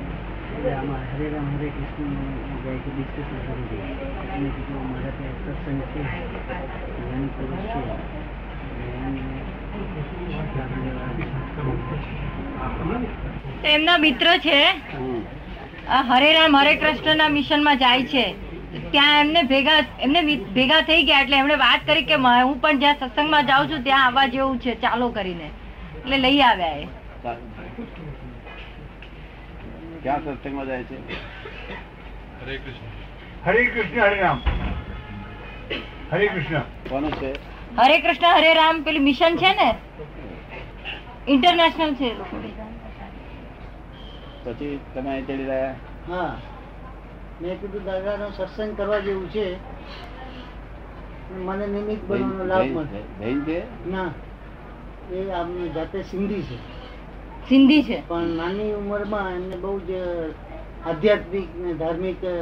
એટલે આમાં હરે રામ હરે કૃષ્ણનું જાય કે ડિસ્કશન કરી દઈએ અને બીજું મારા ત્યાં સત્સંગ છે જ્ઞાન પુરુષ છે જ્ઞાન લાભ લેવા એમના મિત્ર છે હમ. આ હરે રામ હરે કૃષ્ણના મિશનમાં જાય છે ત્યાં એમને ભેગા એમને મિત- ભેગા થઈ ગયા એટલે એમણે વાત કરી કે મ- હું પણ જ્યાં સત્સંગમાં જાઉં છું ત્યાં આવવા જેવું છે ચાલો કરીને એટલે લઈ આવ્યા એ ક્યાં સત્સંગમાં જાય છે હરે કૃષ્ણ હરે રામ હરે કૃષ્ણ કોનું છે હરે કૃષ્ણ હરે રામ પેલું મિશન છે ને ઇન્ટરનેશનલ છે એ લોકોની. પછી તમે અહીં ચડી રહ્યા હા મેં કીધું દાદાનો સત્સંગ કરવા જેવું છે મને નિમિત્ત બનવાનો લાભ જૈન- મળે જૈન- જૈન છે ના એ આમની જાતે સિંધી છે સિંધી છે પણ નાની ઉંમરમાં એમને બહુ જ આધ્યાત્મિક ને ધાર્મિક અ,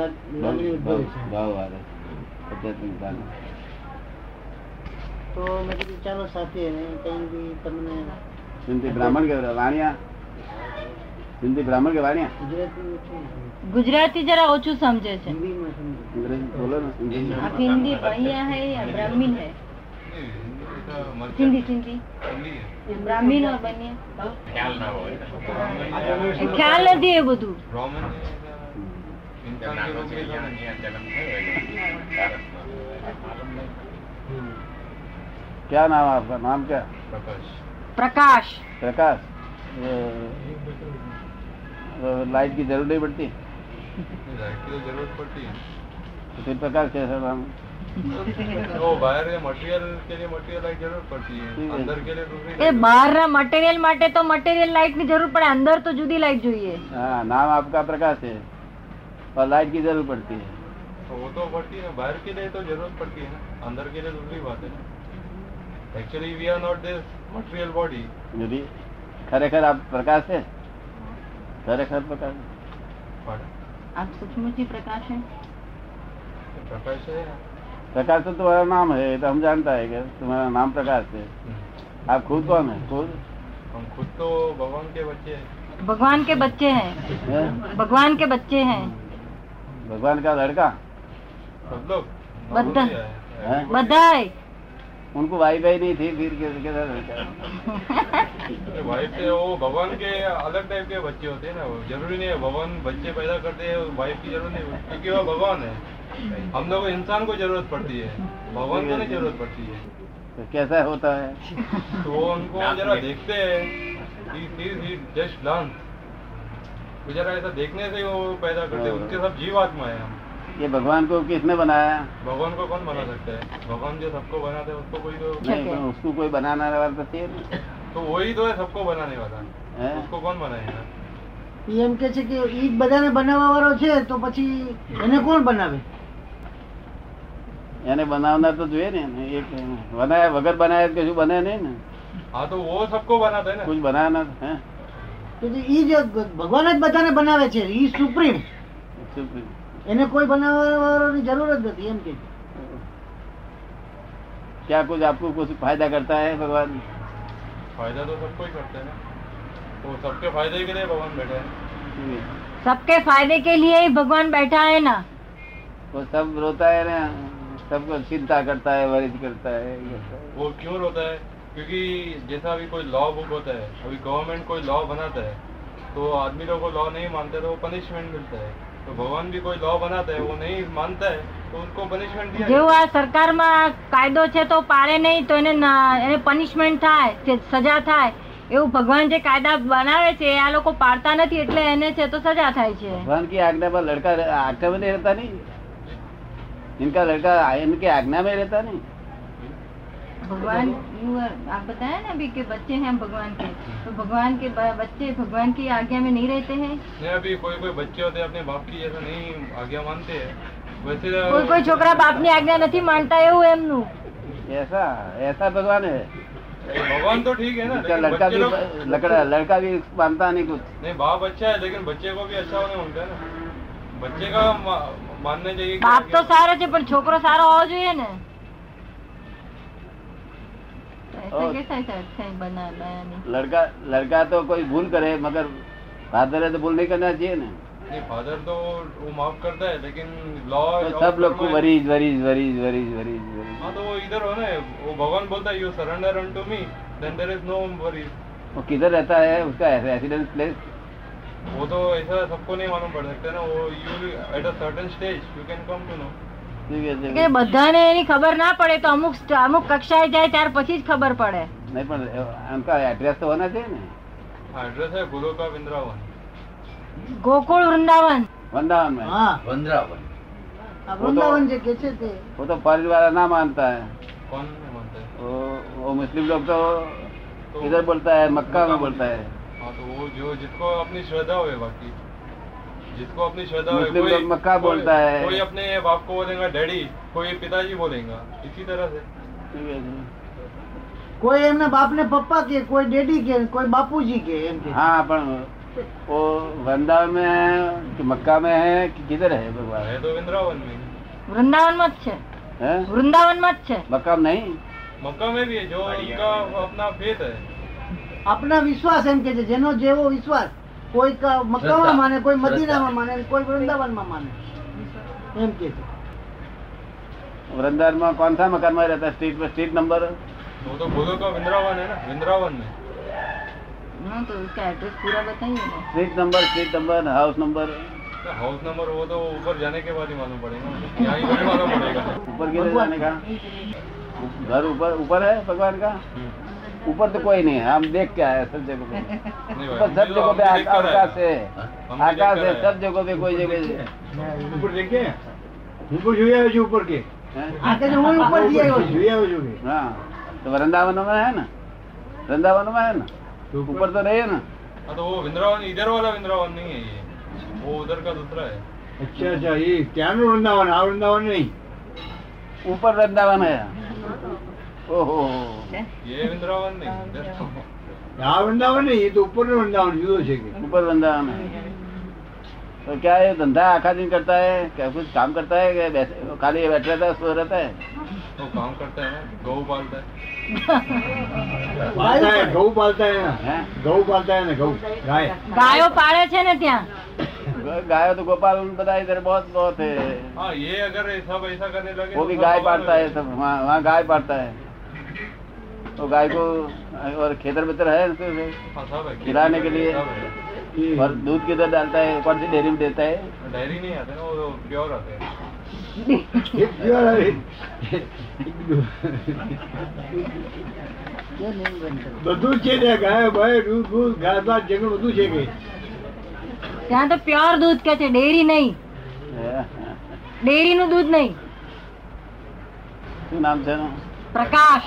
લાગ- લાગણી બહુ- ઉદ્ભવે બહુ- છે બહુ આવે આધ્યાત્મિક જ્ઞાન. તો મેં કીધું ચાલો સાથે એને કંઈ બી તમને સિંધી બ્રાહ્મણ કે વાણિયા સિંધી બ્રાહ્મણ કે વાણિયા ગુજરાતી ઓછું સમજે. ગુજરાતી જરા ઓછું સમજે છે હિન્દીમાં સમજે અંગ્રેજી બોલો ને સિંધી आप हिंदी भैया है या ब्राह्मीण है हिंदी हिंदी ब्राह्मीण और बनिए એ ખ્યાલ નથી એ બધું क्या नाम है आपका नाम क्या પ્રકાશ प्रकाश वो, वो लाइट की जरूरत नहीं पड़ती જરૂર પડતી तो फिर प्रकाश कैसा नाम वो बाहर के मटेरियल के लिए मटेरियल लाइट जरूर पड़ती है ठीक है। अंदर के लिए दूसरी એ light બહારના મટીરિયલ માટે તો મટીરિયલ લાઇટ ની જરૂર પડે અંદર તો જુદી લાઇટ જોઈએ हाँ नाम आपका प्रकाश है और लाइट की जरूरत पड़ती है तो वो तो पड़ती है बाहर के लिए तो जरूरत पड़ती है ना अंदर के लिए दूसरी बात है actually we are not this material body जो भी खरेखर आप प्रकाश है खरेखर प्रकाश है? આપ સચમુચ ही प्रकाश है प्रकाश है प्रकाश तो तुम्हारा नाम है ये तो हम जानता है कि तुम्हारा नाम प्रकाश है आप खुद कौन है खुद हम खुद तो भगवान के बच्चे हैं भगवान के बच्चे हैं हैं? भगवान के बच्चे हैं भगवान का लड़का सब लोग बद्दा- Everybody है। हैं? બધાય उनको भाई भाई नहीं थी फिर कैसे कैसा लड़का ये वाइफ से तो वो भगवान के अलग टाइप के बच्चे होते हैं ना वो जरूरी नहीं है भगवान बच्चे पैदा करते हैं वाइफ की जरूरत नहीं होती, क्योंकि वो भगवान है हम लोग इंसान को जरूरत पड़ती है भगवान को नहीं जरूरत पड़ती है तो कैसा होता है तो वो उनको जरा देखते हैं जस्ट लर्न जरा ऐसा देखने से वो पैदा करते हैं उनके सब जीव आत्मा है हम ये भगवान को किसने बनाया भगवान को कौन बना सकता है भगवान जो सबको बनाते हैं उसको कोई तो नहीं पर उसको कोई बनाना वाला तो थे नहीं। तो वही तो है सबको बनाने वाला हैं? उसको कौन बनाएगा ઈ એમ કે છે કે ઈ જ બધાને બનાવવા વાળો છે તો પછી એને કોણ બનાવે એને બનાવનાર તો જોઈએ ને એને એક બનાયા વગર બનાયા કશું બને નહીં ને हाँ तो वो सबको बनाता है ना कुछ बनाया ना है તો જે ઈ જે ભગવાન જ બધાને બનાવે છે ઈ સુપ્રીમ तो એને કોઈ બનાવવાની જરૂર જ નથી એમ કે क्या कुछ आपको कुछ फायदा करता है भगवान फायदा तो सबको ही करते हैं ना तो सबके फायदे के लिए भगवान बैठे हैं सबके फायदे के लिए ही भगवान बैठा है ना वो सब रोता है ना सबको चिंता करता है वरिज करता है ये करता है। वो क्यों रोता है क्योंकि जैसा अभी कोई लॉ बुक होता है अभी गवर्नमेंट कोई लॉ बनाता है तो आदमी लोग को लॉ नहीं मानते तो वो पनिशमेंट मिलता है तो भगवान भी कोई लॉ बनाता है वो नहीं मानता है तो उनको पनिशमेंट दिया જેવો जाता આ સરકારમાં કાયદો છે તો પાડે નહીં તો એને ના- એને પનિશમેન્ટ થાય તે સજા થાય એવું ભગવાન જે કાયદા બનાવે છે એ આ લોકો પાડતા નથી એટલે એને છે તો સજા થાય છે भगवान की आज्ञा पर लड़का आज्ञा में नहीं रहता नहीं इनका लड़का इनके आज्ञा में रहता नहीं भगवान you are- आप बताया ना अभी के बच्चे हैं भगवान के तो भगवान के ब- बच्चे भगवान की आज्ञा में नहीं रहते हैं है नहीं अभी कोई कोई बच्चे होते हैं अपने बाप की जैसा नहीं आज्ञा मानते हैं वैसे तो કોઈ કોઈ છોકરા બાપની આજ્ઞા નથી માનતા એવું એમનું ऐसा ऐसा भगवान है भगवान तो ठीक है ना इनका लेकिन अच्छा, लड़का बच्चे भी लोग- लड़का लड़का भी मानता नहीं कुछ नहीं बाप अच्छा है लेकिन बच्चे को भी अच्छा होने होता है ना बच्चे का मा- मानना चाहिए कि બાપ તો आगे- સારો છે પણ છોકરો સારો હોવો જોઈએ ને તો ऐसा और- कैसा ऐसा अच्छा है बना- बनाया नहीं? लड़का लड़का तो कोई भूल करे मगर फादर तो बोलने करना चाहिए ना नहीं फादर तो वो माफ करता है लेकिन लॉ तो सब लोग को worries worries worries worries worries worries हाँ तो वो इधर हो ना वो भगवान बोलता है you surrender unto me then there is no worry वो किधर रहता है उसका रेसिडेंस प्लेस वो तो ऐसा सबको नहीं मालूम पड़ सकता ना वो you at a certain stage you can come to know કે નહીં બધાને એની ખબર ના પડે તો અમુક સ્ટ- અમુક કક્ષાએ જાય ત્યાર પછી જ ખબર પડે પણ उनका एड्रेस तो होना चाहिए ना एड्रेस हाँ, है गुरु का वृंदावन ગોકુળ વૃંદાવન वृंदावन में तो- હા વંદરાવન આ વૃંદાવન જે કે છે તે वो तो फर्ज वाला ना मानता है कौन नहीं मानता है वो, वो मुस्लिम लोग तो तो- इधर बोलता है मक्का में बोलता है हाँ तो वो जो जिसको अपनी श्रद्धा हो बाकी जिसको अपनी श्रद्धा हो मुस्लिम लोग मक्का बोलता है। कोई अपने बाप को बोलेगा डैडी कोई पिताजी बोलेगा इसी तरह से કોઈ એમના બાપને પપ્પા કે કોઈ ડેડી કે કોઈ બાપુજી કે એમ કે हाँ पर वो वृंदावन में है कि मक्का में है कि किधर है भगवान है तो वृंदावन में ही। વૃંદાવનમાં જ છે है વૃંદાવનમાં જ છે मक्का में नहीं मक्का में भी है जो उनका अपना फेथ है આપના વિશ્વાસ એમ કે છે જેનો જેવો વિશ્વાસ કોઈ ક- મક્કામાં માને કોઈ મદીનામાં માને અને કોઈ વૃંદાવનમાં માને એમ કે છે वृंदावन में कौन सा मकान में रहता है स्ट्रीट में स्ट्रीट नंबर वो तो गुरु का वृंदावन है ना वृंदावन में હા, તો ઉસકા એડ્રેસ પૂરા બતાઈએ ને street number street number house number house number वो तो ऊपर जाने के बाद ही मालूम पड़ेगा यहाँ ही घर मालूम पड़ेगा ऊपर किधर जाने का घर ऊपर ऊपर है भगवान का हम्म। ऊपर तो कोई नहीं है हम देख के आए सब जगह पे नहीं भाई, ऊपर सब हमने तो- जगह पे हमने देखा रहा आकाश है हमने आकाश देखा है है। सब जगह पे कोई जगह ઉપર દેખે ઉપર જોઈ આવ્યો છું ઉપર કે है। આ કે છે, હું ઉપર જઈ આવ્યો છું જોઈ આવ્યો છું કે हाँ तो वृंदावन में है ना वृंदावन में है ना तो ऊपर- ऊपर तो नहीं है ना हाँ तो वो वृंदावन इधर वाला वृंदावन नहीं है ये वो उधर का दूसरा है અચ્છા અચ્છા એ ત્યાંનું વૃંદાવન આ વૃંદાવન નહીં ऊपर वृंदावन है ओहो ये वृंदावन नहीं इधर तो- આ વૃંદાવન નહીં એ તો ઉપરનું વૃંદાવન જુદો છે કે ऊपर वृंदावन है तो क्या ये धंधा आखा दिन करता है क्या कुछ काम करता है क्या बैठे खाली बैठ रहता है सो रहता है वो काम करता है ना गौ पालता है પાલતા હે, ઘઉં પાલતા હે ના હે? ઘઉં પાલતા હે ને ઘઉં ગાય ગાયો પાળે છે ને ત્યાં गाय तो गोपाल बता इधर बहुत बहुत है हाँ ये अगर ये सब ऐसा करने लगे वो तो भी सब गाय बवाल पालता है हो सब वहाँ वहाँ गाय पालता है तो गाय को और खेतर बेतर है ना तो उसे जाएगा। हाँ, सब है खिलाने के लिए। सब है। और दूध किधर डालता है कौन सी डेयरी में देता है डायरी नहीं आते ना वो प्योर आते हैं એક દિવસ આવી. કે નહીં બનતું. બધું જ છે ત્યાં ગાય ભાઈ દૂધ દૂધ ઘાસ ભાત જંગલ બધું છે કે ત્યાં તો પ્યોર દૂધ કે છે ડેરી નહીં ડેરીનું દૂધ નહીં શું નામ છે એનું? પ્રકાશ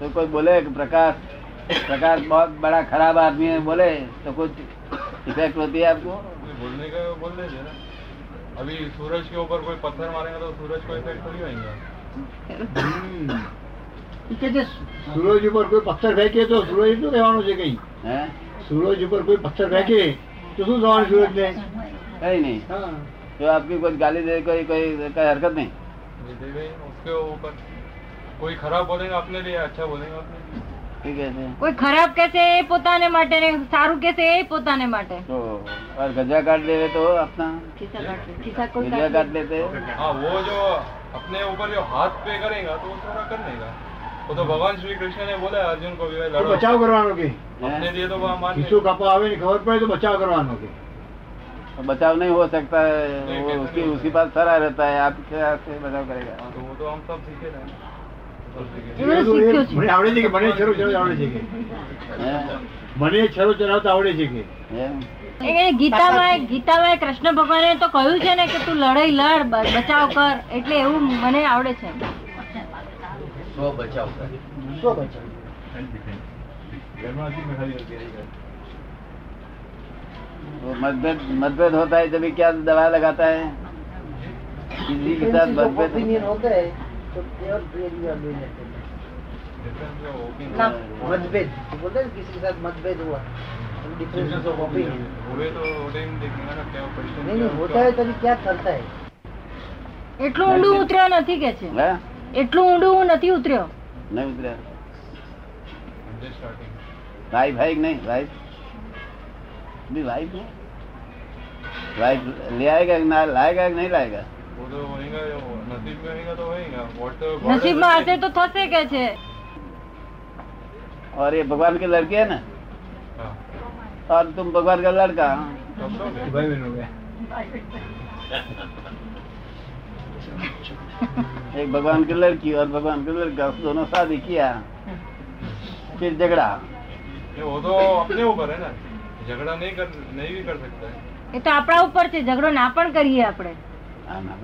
तो कोई बोले कि प्रकाश प्रकाश बहुत बड़ा खराब आदमी है बोले तो कुछ इफेक्ट होती है आपको कोई बोलने का बोल देते ना अभी सूरज के ऊपर कोई पत्थर मारेगा तो सूरज को इफेक्ट थोड़ी होगा હમ. ઈ કે છે સૂરજ ઉપર કોઈ પથ્થર ફેંકે તો સૂરજ શું કહેવાનું છે કઈ है સૂરજ ઉપર કોઈ પથ્થર ફેંકે તો શું થવાનું સૂરજ ને कहीं नहीं तो आपकी कोई गाली दे कोई कोई कोई हरकत नहीं ये देवे उसके ऊपर कोई खराब बोलेगा अपने लिए अच्छा बोलेगा अपने लिए। ठीक है કોઈ ખરાબ કહેશે એ પોતાને માટે ને સારું કહેશે એ પોતાને માટે तो और गजा काट देवे तो अपना ખિસ્સા કાઢશે. ખિસ્સા કોઈ गजा કાઢશે. काट लेते हाँ वो जो अपने ऊपर जो हाथ पे करेगा तो वो थोड़ा कर लेगा वो तो भगवान श्री कृष्ण ने बोला है अर्जुन को भी भाई तो તો लड़ो બચાવ કરવાનો કે अपने हैं? लिए तो वहाँ हाँ। मान શીશું लेगा। કાપા આવે ને ખબર પડે તો બચાવ કરવાનો કે तो बचाव नहीं हो सकता है वो उसकी उसके पास सरा रहता है आपके हाथ से बचाव करेगा हाँ, तो वो तो हम सब सीखे थे सब सीखे એ બધું એ શીખ્યું છે. મને આવડે છે કે મને છરો ચલાવતા આવડે છે કે हैं? મને છરો ચલાવતા આવડે છે કે हैं? એ ગીતામાં ગીતામાં કૃષ્ણ ભગવાને તો કહ્યું છે ને કે તું લડાઈ લડ બ- બચાવ કર એટલે એવું મને આવડે છે તો બચાવ શું બચાવ? वो मतभेद मतभेद होता है तभी क्या दवा लगाता है किसी के साथ Differences of मतभेद opinion होते हैं, तो pure theory you are doing it. तो हाँ। ના. मतभेद तो बोलते हैं ना, किसी के साथ मतभेद हुआ तो डिफरेंसेस ऑफ ओपिनियन तो हुए तो वो टाइम देखेंगे ना क्या परिस्थिति नहीं नहीं क्या- होता है तभी क्या करता है એટલું ઊંડું ઉતર્યો નથી કે છે हैं? એટલું ઊંડું હું નથી ઉતર્યો नहीं उतरा तो- Just starting. भाई भाई नहीं भाई अपनी वाइफ है वाइफ ले आएगा कि ना लाएगा कि नहीं लाएगा वो तो होएगा वो नसीब में होएगा तो होएगा What the God has નસીબમાં હશે written. તો થશે કે છે और ये भगवान के लड़के है ना तो- हाँ, तो और तुम भगवान का लड़का हाँ। सब लोग हैं। ભાઈ બહેનો ગયા एक भगवान की लड़की और भगवान का लड़का दोनों शादी किया फिर झगड़ा ये वो तो अपने ऊपर है ना झगड़ा नहीं कर नहीं भी कर सकता है એ તો આપણા ઉપર છે ઝઘડો ના પણ કરીએ આપણે आना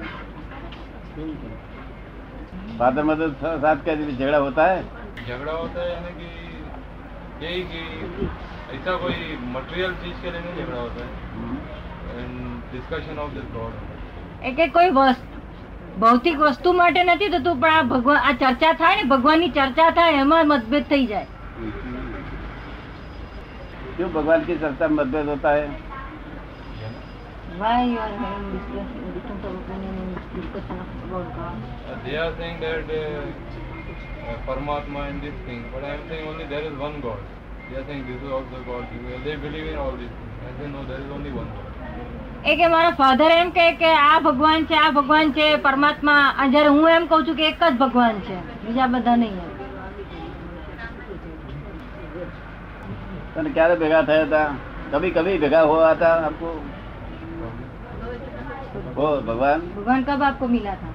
फादर मदर साथ का भी झगड़ा होता है झगड़ा होता है यानी कि यही कि ऐसा कोई मटेरियल चीज के लिए नहीं झगड़ा होता है and discussion of this God એ કે કોઈ વસ્તુ ભૌતિક વસ્તુ માટે નથી થતું પણ આ ભગવાન આ ચર્ચા થાય ને ભગવાનની ચર્ચા થાય એમાં મતભેદ થઈ જાય क्यों भगवान की चर्चा में मतभेद होता है Why you are having discussion, different opinion in discussion about God? They are saying that uh, परमात्मा in this thing but I am saying only there is one God they are saying this is also God they believe in all this I say no there is only one God એ કે મારા father એમ કહે કે આ ભગવાન છે આ ભગવાન છે પરમાત્મા આ જ્યારે હું એમ કહું છું કે એક જ ભગવાન છે બીજા બધા નહીં એમ. तने क्यारे भेगा થયા હતા કભી કભી ભેગા હોવા હતા આપકો हो भगवान ભગવાન કબ આપકો મિલા થા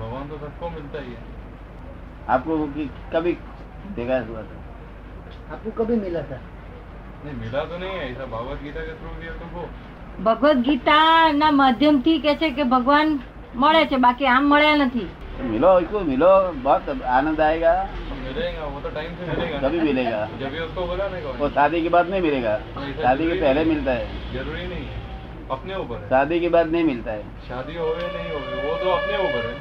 भगवान तो सबको मिलता ही है आपको कि- कभी भेगा हुआ था आपको कभी मिला था नहीं मिला तो नहीं है ऐसा भागवत गीता के थ्रू भी है तो तुमको ભગવદ ગીતા ના માધ્યમથી કે છે કે ભગવાન મળે છે બાકી આમ મળ્યા નથી तो मिलो इसको मिलो बहुत आनंद आएगा मिलेगा वो तो टाइम से मिलेगा ना। कभी मिलेगा जब भी उसको बोला ना वो गॉड शादी के बाद नहीं मिलेगा शादी के पहले मिलता है जरूरी नहीं है अपने ऊपर है शादी के बाद नहीं मिलता है शादी होवे नहीं होवे वो तो अपने ऊपर है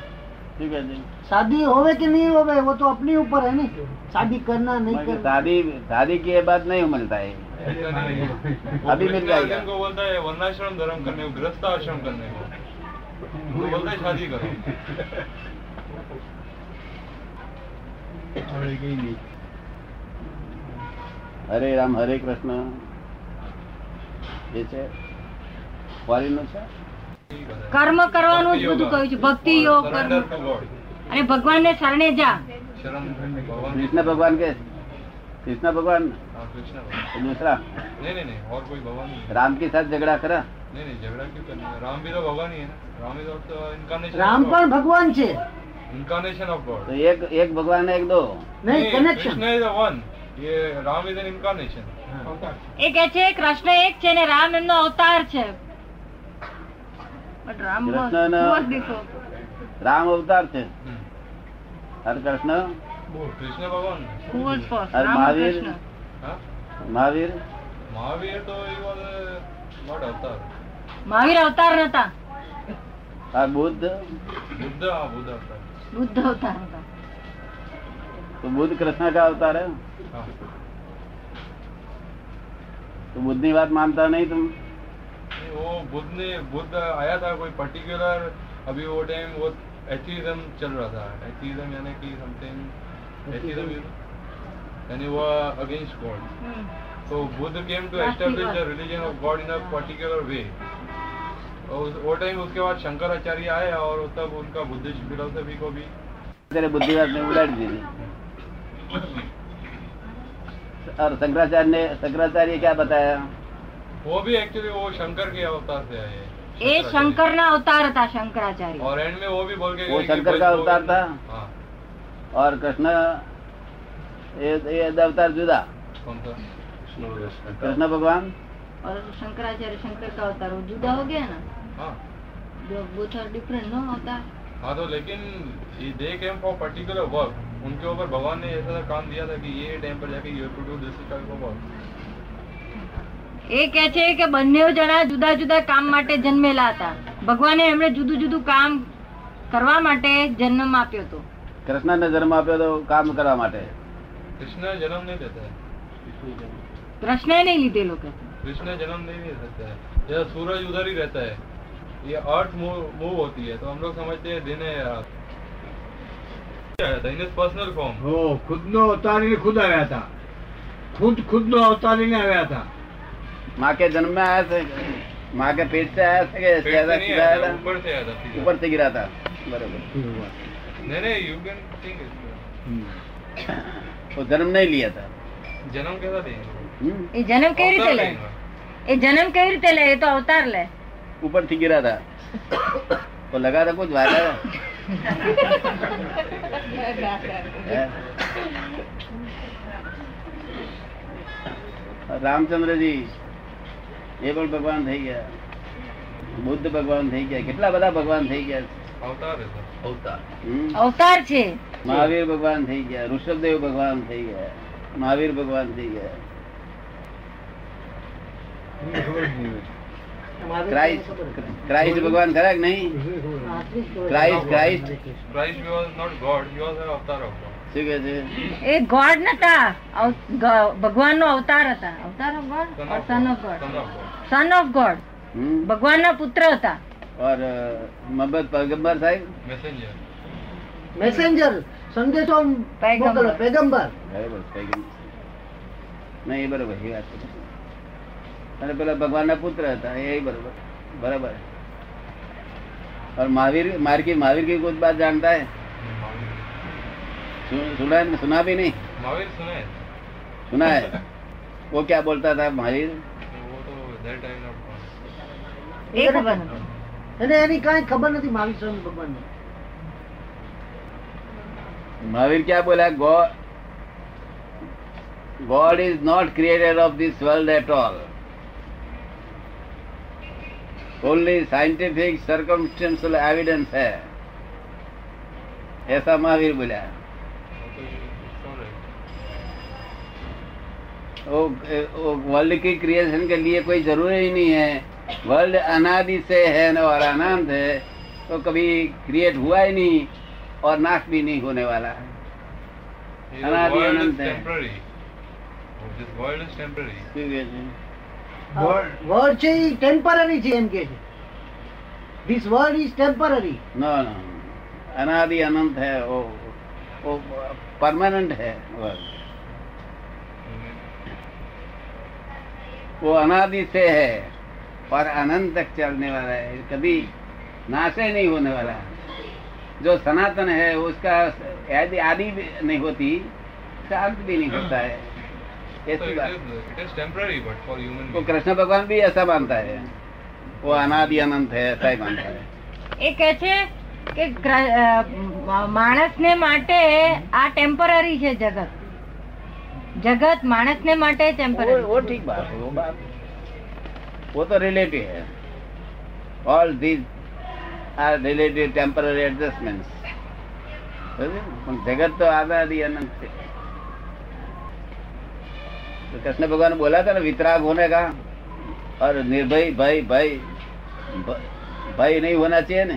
ठीक है जी शादी होवे कि नहीं होवे वो तो अपने ऊपर है नहीं शादी करना नहीं मगर करना शादी शादी के बाद नहीं मिलता है ऐसा नहीं है वो अभी मिल कृष्ण जाएगा। अर्जुन को बोलता है वर्णाश्रम धर्म करने को गृहस्थ आश्रम करने को वो बोलता है शादी करो આપણે કઈ નહીં हरे राम हरे कृष्ण ये છે ફોરેન નું છે કર્મ કરવાનું જ બધું કહ્યું છે ભક્તિ યોગ Surrender કર્મ to God. અને ભગવાનને શરણે જા शरण भगवान कृष्ण भगवान के कृष्ण भगवान हाँ, कृष्ण भगवान दूसरा नहीं नहीं नहीं और कोई भगवान नहीं है। राम के साथ झगड़ा करा नहीं नहीं झगड़ा क्यों करना है? राम भी तो भगवान ही है ना Ram is also incarnation Ram પણ ભગવાન છે इनकारनेशन ऑफ गॉड तो एक एक भगवान है, एक दो નહીં connection Krishna is a one ये राम इज एन इनकारनेशन એ કે છે કૃષ્ણ એક છે ને રામ એમનો અવતાર છે But Ram was- કૃષ્ણનો- who was before? राम अवतार थे कृष्ण हर कृष्ण भगवान Who was first? અરે રામ or મહાવીર- કૃષ્ણ? हाँ? महावीर महावीर तो ही वॉज नॉट अवतार મહાવીર અવતાર નતા और बुद्ध बुद्ध हाँ बुद्ध अवतार બુદ્ધ અવતાર હતા तो बुद्ध कृष्ण का अवतार है हाँ तो बुद्ध की बात मानता नहीं तुम नहीं, वो बुद्ध ने बुद्ध आया था कोई पर्टिकुलर अभी वो टाइम वो एथिज्म चल रहा था एथिज्म यानी कि समथिंग एथिज्म यानी वो against God So Buddha came to establish the religion of God in a particular way. और उस- वो टाइम उसके बाद शंकराचार्य आए और तब उनका बुद्धिस्ट फिलोसफी को भी तेरे बुद्धि बात ने उड़ाड़ी दी और शंकराचार्य ने शंकराचार्य क्या बताया वो भी एक्चुअली वो शंकर के अवतार से आए हैं। એ શંકર ના અવતાર હતા શંકરાચાર્ય और एंड में वो भी बोल के वो गए कि शंकर का भाई अवतार वो- था? हाँ, और कृष्ण ये ये अवतार जुदा कौन सा कृष्ण भगवान और शंकराचार्य शंकर का अवतार वो जुदा हो गया ना हाँ बोथ आर डिफरेंट नो अवतार हाँ तो लेकिन they came for particular work उनके ऊपर भगवान ने ऐसा काम दिया था कि ये टाइम पर जाके you to do this type of work એ કે છે કે બંને જણા જુદા જુદા કામ માટે જન્મેલા હતા ભગવાને એમણે જુદું જુદું કામ કરવા માટે જન્મ આપ્યો હતો કૃષ્ણ ને જન્મ આપ્યો તો કામ કરવા માટે कृष्ण जन्म नहीं देता है કૃષ્ણએ નહીં લીધેલો કે कृष्ण जन्म नहीं ले सकता है जैसा सूरज उधर ही रहता है ये अर्थ मूव होती है तो हम लोग समझते हैं दिन है रात तो इन पर्सनल फॉर्म હો ખુદનો અવતારીને ખુદ આવ્યા હતા ખુદ ખુદનો અવતારીને આવ્યા હતા माँ के जन्म में आया था माँ के पेट से आया था कि ऐसे पेट से ऐसा नहीं सीधा आया था आया था, ऊपर से आया था सीधा। ऊपर से गिरा था बरोबर नहीं नहीं यू कैन थिंक इट। वो जन्म नहीं लिया था जन्म कैसा थे हम्म? એ જન્મ કેવી રીતે લે अवतार लेना। એ જન્મ કેવી રીતે લે એ તો અવતાર લે ऊपर से गिरा था तो लगा था कुछ वायदा है। રામચંદ્રજી એ પણ ભગવાન થઈ ગયા બુદ્ધ ભગવાન થઈ ગયા કેટલા બધા ભગવાન થઈ ગયા अवतार है तो। सर। હમ? અવતાર છે મહાવીર ભગવાન થઈ ગયા ઋષભદેવ ભગવાન થઈ ગયા મહાવીર ભગવાન થઈ ગયા ક્રાઇસ્ટ ક્રાઇસ્ટ ભગવાન ખરા કે નહીં ક્રાઇસ્ટ ક્રાઇસ્ટ हाँ, Christ was not God, he was an avatar of God. શું કે છે એ ગોડ નતા ભગવાન નો અવતાર હતા અવતાર of God Son or son of of God. God Son of God. Son of God હમ? ભગવાન ના પુત્ર હતા और अ, मोहम्मद पैगंबर साहब Messenger. મેસેન્જર સંદેશો पैगंबर। મોકલો, પેગંબર બરાબર પૈગંબર ના એ બરાબર એ વાત બરાબર. અને પેલા ભગવાનના પુત્ર હતા એ બરાબર બરાબર और महावीर मार की महावीर की कुछ बात जानता है महावीर सु- सुना है सुना भी नहीं महावीर सुना है सुना है वो क्या बोलता था महावीर वो तो that time not God. એ ખબર નથી. એને એની કાંઈ ખબર નથી મહાવીર સ્વામી ભગવાનને महावीर क्या बोला God God is not created of this world at all only scientific circumstantial evidence है ऐसा महावीर बोला वो तो it's all right. वो वो वर्ल्ड की क्रिएशन के लिए कोई जरूरी ही नहीं है वर्ल्ड अनादि से है न और अनंत है तो कभी क्रिएट हुआ ही नहीं और नाश भी नहीं होने वाला है This अनादि world is अनंत है। temporary. This world is temporary. શું કહે છે? વર્ડ છે એ ટેમ્પરરી છે એમ કે છે this world is temporary no no अनादि अनंत है वो वो परमानेंट है वर्ल्ड वो अनादि से है और अनंत तक चलने वाला है कभी नाशे नहीं होने वाला जो सनातन है उसका आदि आदि भी नहीं होती उसका अंत भी नहीं होता है So ऐसी it बात is, it is temporary, but for human वो beings. कृष्ण भगवान भी ऐसा मानता है वो अनादि अनंत है ऐसा ही मानता है એ કે છે કે ક્ર- અ, મા- માણસને માટે આ ટેમ્પરરી છે જગત જગત માણસને માટે वो ટેમ્પરરી वो ठीक बात है वो बात वो तो रिलेटिव है all these are relative temporary adjustments પણ જગત તો આઝાદી અનંત છે તો કૃષ્ણ ભગવાન બોલા હતા ને વિતરાગ હોને કા ઓર નિર્ભય ભય ભય ભ- ભય નહીં હોના चाहिए ને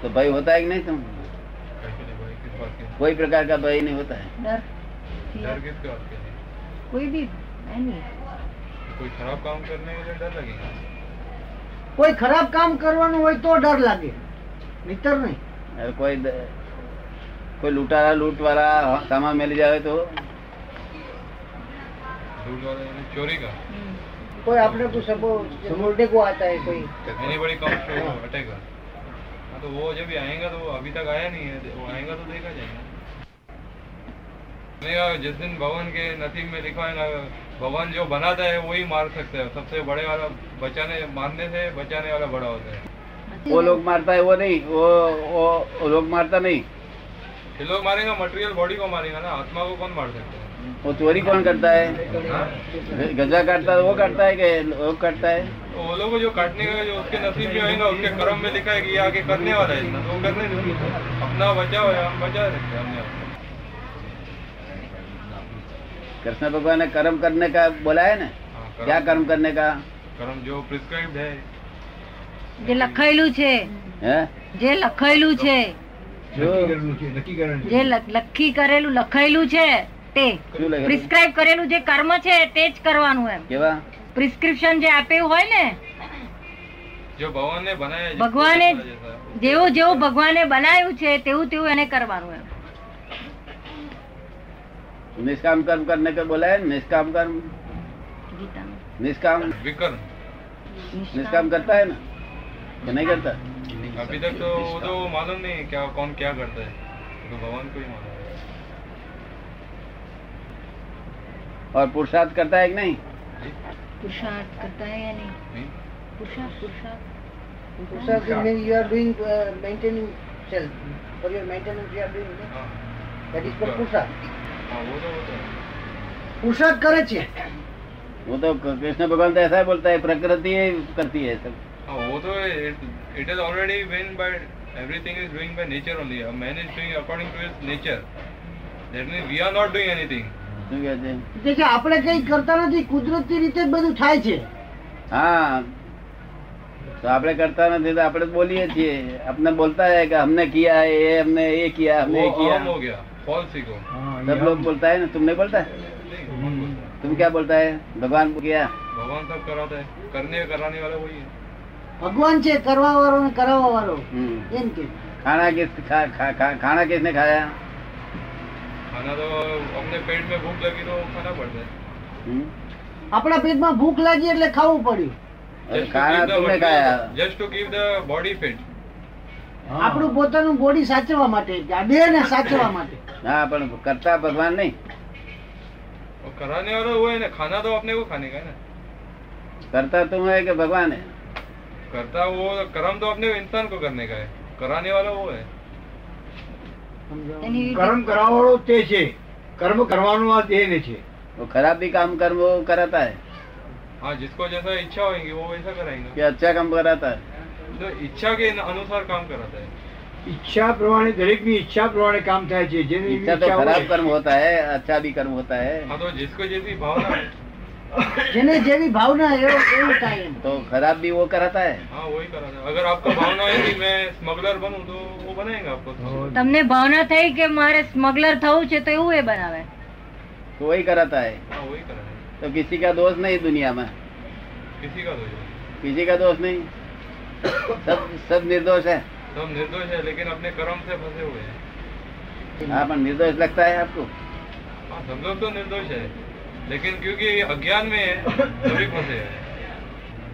तो भय होता है कि नहीं तुम Actually, भाई, किस बात के? कोई प्रकार का भय नहीं होता है ડર डर किसके बात के लिए? કોઈ બી એની कोई खराब काम करने के लिए डर लगेगा કોઈ ખરાબ કામ કરવાનું હોય તો ડર લાગે નહીતર નહીં અરે કોઈ દ- કોઈ લૂંટારા લૂંટવાળા સામાન મેલી જાવે તો दूध वाले ने चोरी का કોઈ આપણે કોઈ સપોઝ મોઢે કો આતા હે કોઈ एनी बड़ी कम हटेगा हाँ तो वो जब आएगा तो वो अभी तक आया नहीं है वो आएगा तो देखा जाएगा मैंने कहा, जिस दिन भगवान के नसीब में लिखा है ना भगवान जो बनाता है वही मार सकता है सबसे बड़े वाला बचाने मारने से बचाने वाला बड़ा होता है વો લોગ મારતા એવો નહીં વો વો- વો લોગ મારતા નહીં ये लोग मारेगा मटेरियल बॉडी को मारेगा ना आत्मा को कौन मार सकता है वो ચોરી કોણ કરતા હે हाँ? ગજા કાઢતા હે, વો કાઢતા હે કે લોગ કાઢતા હે तो वो लोग को जो काटने का जो उसके नसीब में होगा उसके कर्म में लिखा है कि ये आगे करने वाला है इतना तो वो करने देंगे। अपना बचाव है हम बचा सकते हैं अपने आप को। કૃષ્ણ ભગવાન ને કર્મ કરને કા બોલા હે ને हाँ, कर्म- ક્યાં કર્મ કરને કા कर्म जो प्रिस्क्राइब्ड है જે લખાયેલું છે હે જે લખાયેલું છે શું જે લખ- લખી કરેલું લખાયેલું છે તે શું લખેલું? પ્રિસ્ક્રાઇબ કરેલું જે કર્મ છે તે જ કરવાનું એમ કેવા પ્રિસ્ક્રિપ્શન જે આપ્યું હોય ને जो भगवान ने बनाया है, भगवान ने- जैसा- જેવું જેવું ભગવાને બનાવ્યું છે તેવું તેવું એને કરવાનું એમ નિષ્કામ કર્મ કરને કા બોલા હે ને? નિષ્કામ કર્મ गीता में निष्काम विकर्ण निष्काम करता है ना कि नहीं करता अभी तक तो वो तो मालूम नहीं क्या कौन क्या करता है तो भगवान को ही मालूम है और पुरुषार्थ करता है कि नहीं पुरुषार्थ करता है या नहीं नहीं? पुरुषार्थ पुरुषार्थ Purushas means you are doing uh, maintaining self. For your maintenance you are doing it. हाँ That is for Purushas. हाँ, वो तो वो तो है। Purushas करे छे. वो तो कृष्ण भगवान तो ऐसा ही बोलता है प्रकृति ही करती है सब हाँ, वो तो it is already when by everything is doing by nature only man is doing according to his nature that mean we are not doing anything શું કહે છે એટલે આપણે કઈ કરતા નથી કુદરતી રીતે જ બધું થાય છે हाँ तो આપણે કરતા નથી તો આપણે બોલીએ છીએ આપણે બોલता है कि हमने किया है ये हमने ये किया हमने ये वो किया अहम हो गया फॉल्स ईगो हाँ, ये सब लोग हम- बोलता है ना तुम नहीं बोलता है नहीं कौन बोलता है? तुम क्या बोलता है भगवान को किया भगवान सब कराता है करने कराने वाला वही है ભગવાન છે કરવા વાળો ને કરાવવા વાળો हम्म। એમ કે खाना किस खा, खा, खा, खाना किसने खाया खाना तो अपने पेट में भूख लगी तो खाना पड़ता है हम्म? આપણા પેટમાં ભૂખ લાગી એટલે ખાવું પડ્યું अरे खाना तुमने खाया just to give the body fit हाँ, આપણું પોતાનું બોડી સાચવવા માટે આ દેહને સાચવવા માટે हाँ पर करता भगवान नहीं और कराने वाला वो है ना खाना तो अपने को खाने का है ना करता तुम है कि भगवान है करता वो कर्म तो अपने इंसान को करने का है कराने वाला वो है એની રીતે કર્મ કરાવવાનો તે છે કર્મ કરવાનું આ દેહને છે वो खराब भी काम कर वो कराता है हाँ जिसको जैसा इच्छा होगी वो वैसा कि कराएंगे अच्छा काम कराता है तो इच्छा के अनुसार काम कराता है ઈચ્છા પ્રમાણે દરેકની ઈચ્છા પ્રમાણે કામ થાય છે જેની એવી इच्छा तो ઈચ્છા खराब હોય. कर्म होता है अच्छा भी कर्म होता है हाँ तो जिसको जैसी भावना है, જેને જેવી ભાવના એવો એવું થાય એમ तो खराब भी वो कराता है हाँ वही कराता है अगर आपको भावना है कि मैं स्मगलर बनूं तो वो बनाएंगे आपको smuggler। તમને ભાવના થઈ કે મારે સ્મગલર થવું છે તો એવું એ બનાવે तो वही कराता है हाँ वही कराएंगे तो किसी का दोष नहीं दुनिया में किसी का तो ये। किसी का दोष नहीं सब सब निर्दोष है सब तो निर्दोष है लेकिन अपने कर्म से फंसे हुए हैं आप निर्दोष लगता है आपको हाँ सब लोग तो निर्दोष है लेकिन क्योंकि अज्ञान में है तभी फंसे हैं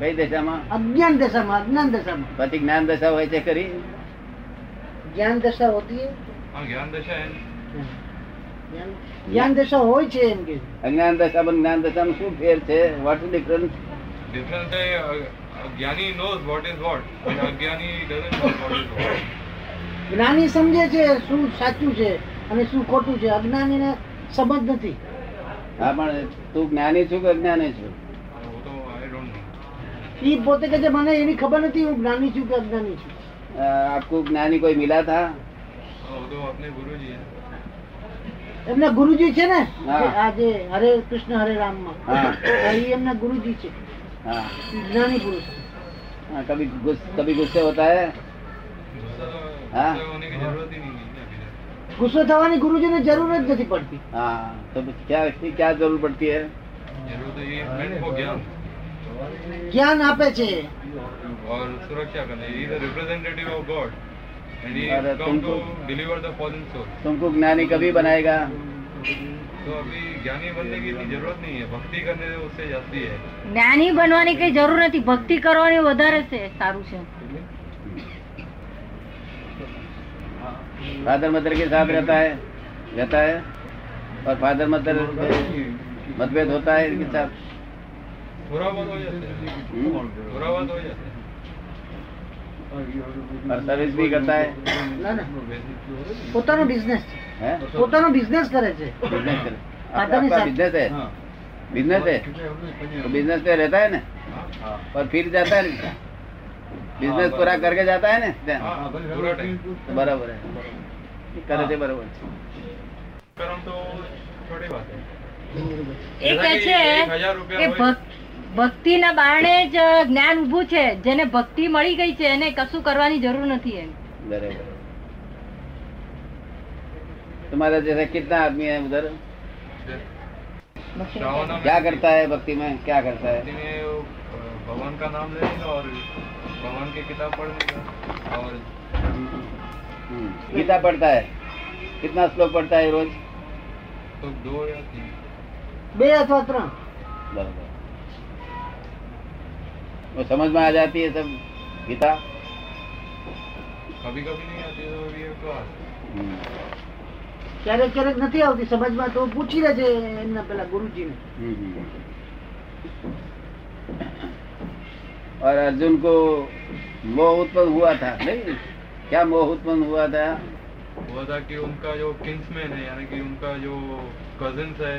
કઈ દશામાં અજ્ઞાन દશામાં અજ્ઞાન દશામાં પછી જ્ઞાન દશા હોય છે કરી જ્ઞાન દશા હોતી હે? हाँ ज्ञान दशा है જ્ઞાન- જ્ઞાન દશા હોય છે એમ કે અજ્ઞાન દશા પણ જ્ઞાન દશામાં શું ફેર છે વોટ ડિફરન્સ डिफरेंस है अ- अज्ञानी knows what is what and अज्ञानी doesn't know what is what જ્ઞાની સમજે છે શું સાચું છે અને શું ખોટું છે અજ્ઞાનીને સમજ નથી હા પણ તું જ્ઞાની છું કે અજ્ઞાની છું वो तो आई डोंट नो એ પોતે કહે છે મને એની ખબર નથી હું જ્ઞાની છું કે અજ્ઞાની છું અ, આપકો જ્ઞાની કોઈ મિલા થા वो तो अपने गुरु जी है એમના ગુરુજી છે ને હા. જે આ જે હરે કૃષ્ણ હરે રામમાં હા. એ એમના ગુરુજી છે हाँ ઈ જ્ઞાની પુરુષ हाँ, कभी गुस, कभी गुस्से होता है गुस्सा हाँ। गुस्सा तो होने की जरूरत ही नहीं है अभी तक। ગુસ્સો થવાની ગુરુજીને જરૂર જ નથી પડતી हाँ तो क्या इसकी क्या जरूरत पड़ती है जरूरत है ये मेंट फॉर ज्ञान જ્ઞાન આપે છે और सुरक्षा करने he is representative of God and he अरे कम टू तुमको- डिलीवर द फॉलन सोल तुमको ज्ञानी कभी बनाएगा तो अभी ज्ञानी बनने की इतनी जरूरत नहीं है भक्ति करने से उससे जाती है જ્ઞાની બનવાની કઈ જરૂર નથી ભક્તિ કરવાની વધારે છે સારું છે फादर मदर के साथ रहता है रहता है और फादर मदर मतभेद होता है इनके साथ थोड़ा बहुत हो जाता है हम्म? थोड़ा बहुत हो जाता है और सर्विस भी करता है, ના ના પોતાનો બિઝનેસ છે है? પોતાનો બિઝનેસ કરે છે बिजनेस कर फादर के आपका साथ। बिजनेस है बिजनेस है तो बिजनेस पे रहता है ना हाँ, और फिर जाता है ना बिजनेस पूरा करके जाता है ना तो हाँ, ત્યાં? हाँ, पूरा टाइम બરાબર છે કરે છે બરાબર છે कर्म तो छोटी बात है એ કહે છે કે ભક- ભક્તિના બારણે જ જ્ઞાન ઊભું છે જેને ભક્તિ મળી ગઈ છે એને કશું કરવાની જરૂર નથી એમ बराबर तुम्हारा जैसे कितना आदमी है उधर श्रावण क्या करता है भक्ति में क्या करता है में वो, अ, भगवान का नाम लेने का और भगवान की किताब पढ़ने का और हम्म, गीता पढ़ता है कितना श्लोक पढ़ता है रोज तो दो या तीन બે અથવા ત્રણ बराबर वो समझ में आ जाती है सब गीता कभी कभी नहीं आती तो भी एक बात हम्म, ક્યારેક ક્યારેક નથી આવતી સમજમાં તો પૂછી લેજે એમના પેલા ગુરુજીને हम्म, हम्म। और अर्जुन को मोह उत्पन्न हुआ था नहीं क्या मोह उत्पन्न हुआ था हुआ था कि उनका जो किंग्समैन है यानी कि उनका जो कजिन्स है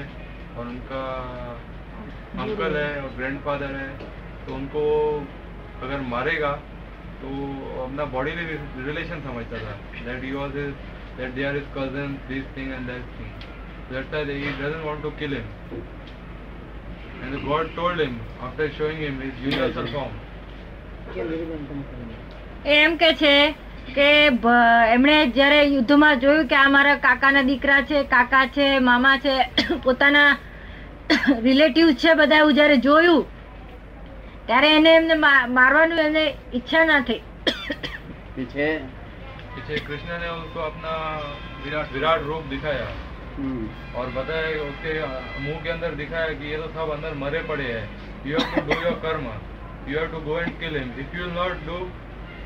और उनका अंकल है और ग्रैंडफादर है तो उनको अगर मारेगा तो अपना बॉडी रिलेशन समझता था that you was that they are his cousin this thing and that thing that time he doesn't want to kill him and God told him after showing him his universal form એ એમ કે છે કે ભ- એમણે જ્યારે યુદ્ધમાં જોયું કે આ મારા કાકાના દીકરા છે કાકા છે મામા છે પોતાના રિલેટિવ છે બધા એવું જ્યારે જોયું ત્યારે એને એમને મા- મારવાનું એને ઈચ્છા ના થઈ पीछे पीछे कृष्ण ने उनको अपना विराट विराट रूप दिखाया हम्म, और बताया कि उसके मुंह के अंदर दिखाया कि ये तो सब अंदर मरे पड़े हैं you have to do your karma you have to go and kill him if you not do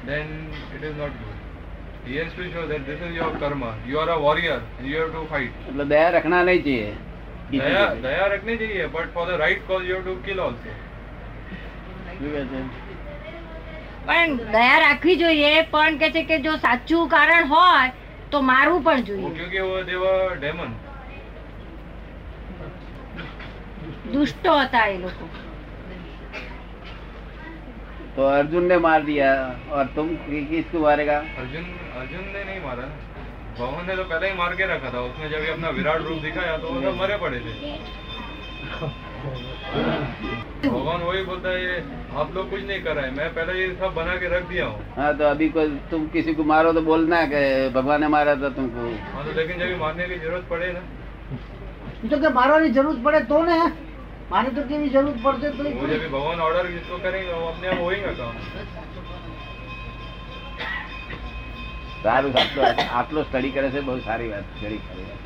then it is not good he has to show that this is your karma you are a warrior and you have to fight मतलब दया रखना नहीं चाहिए किसी दया के लिए। दया रखनी चाहिए but for the right cause you have to kill also શું કહે છે? પણ દયા રાખવી જોઈએ પણ કે છે કે જો સાચું કારણ હોય તો મારવું પણ જોઈએ क्योंकि वो देवर डेमन દુષ્ટો હતા એ લોકો तो अर्जुन ने मार दिया और तुम कि- किसको मारेगा अर्जुन अर्जुन ने नहीं मारा ना भगवान ने तो पहले ही मार के रखा था उसने जब ये अपना विराट रूप दिखाया तो वो सब मरे पड़े थे भगवान वही बोलता है ये आप लोग कुछ नहीं कर रहे हैं। मैं पहले ये सब बना के रख दिया हूँ हाँ तो अभी को तुम किसी को मारो तो बोलना कि भगवान ने मारा था तुमको हाँ तो लेकिन जब ये मारने की जरूरत पड़े ना હું તો કે મારવાની જરૂર પડે તો ને મારે તો કેવી જરૂર પડશે તો वो जब ये भगवान ऑर्डर जिसको करेंगे वो अपने आप होएगा काम સારું આટલો આટલો સ્ટડી કરે છે બહુ સારી વાત ઘણી ખરી વાત.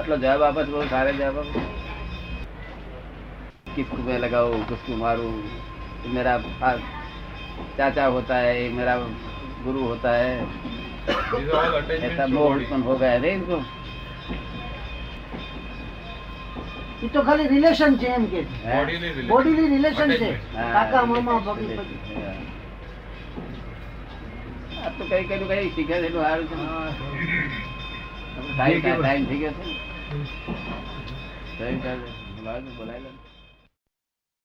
આટલો જવાબ આપે છે બહુ સારો જવાબ આપે છે. किसको मैं लगाऊं किसको मारूं मेरा फा- चाचा होता है ये मेरा गुरु होता है These are तो all ऐसा attachments to मोह body. उत्पन्न हो गया है रे इनको એ તો ખાલી રિલેશન છે એમ કે हैं? Bodily relation. બોડીની રિલેશન છે Attachment. હા, કાકા મામા ભગી relation, ભગી. relation, હા. આ તો કઈ કઈ કઈ શીખે છે એટલું સારું છે ને. ટાઈમ ટાઈમ થઈ ગયો છે ને? Time time. બોલાવી લો.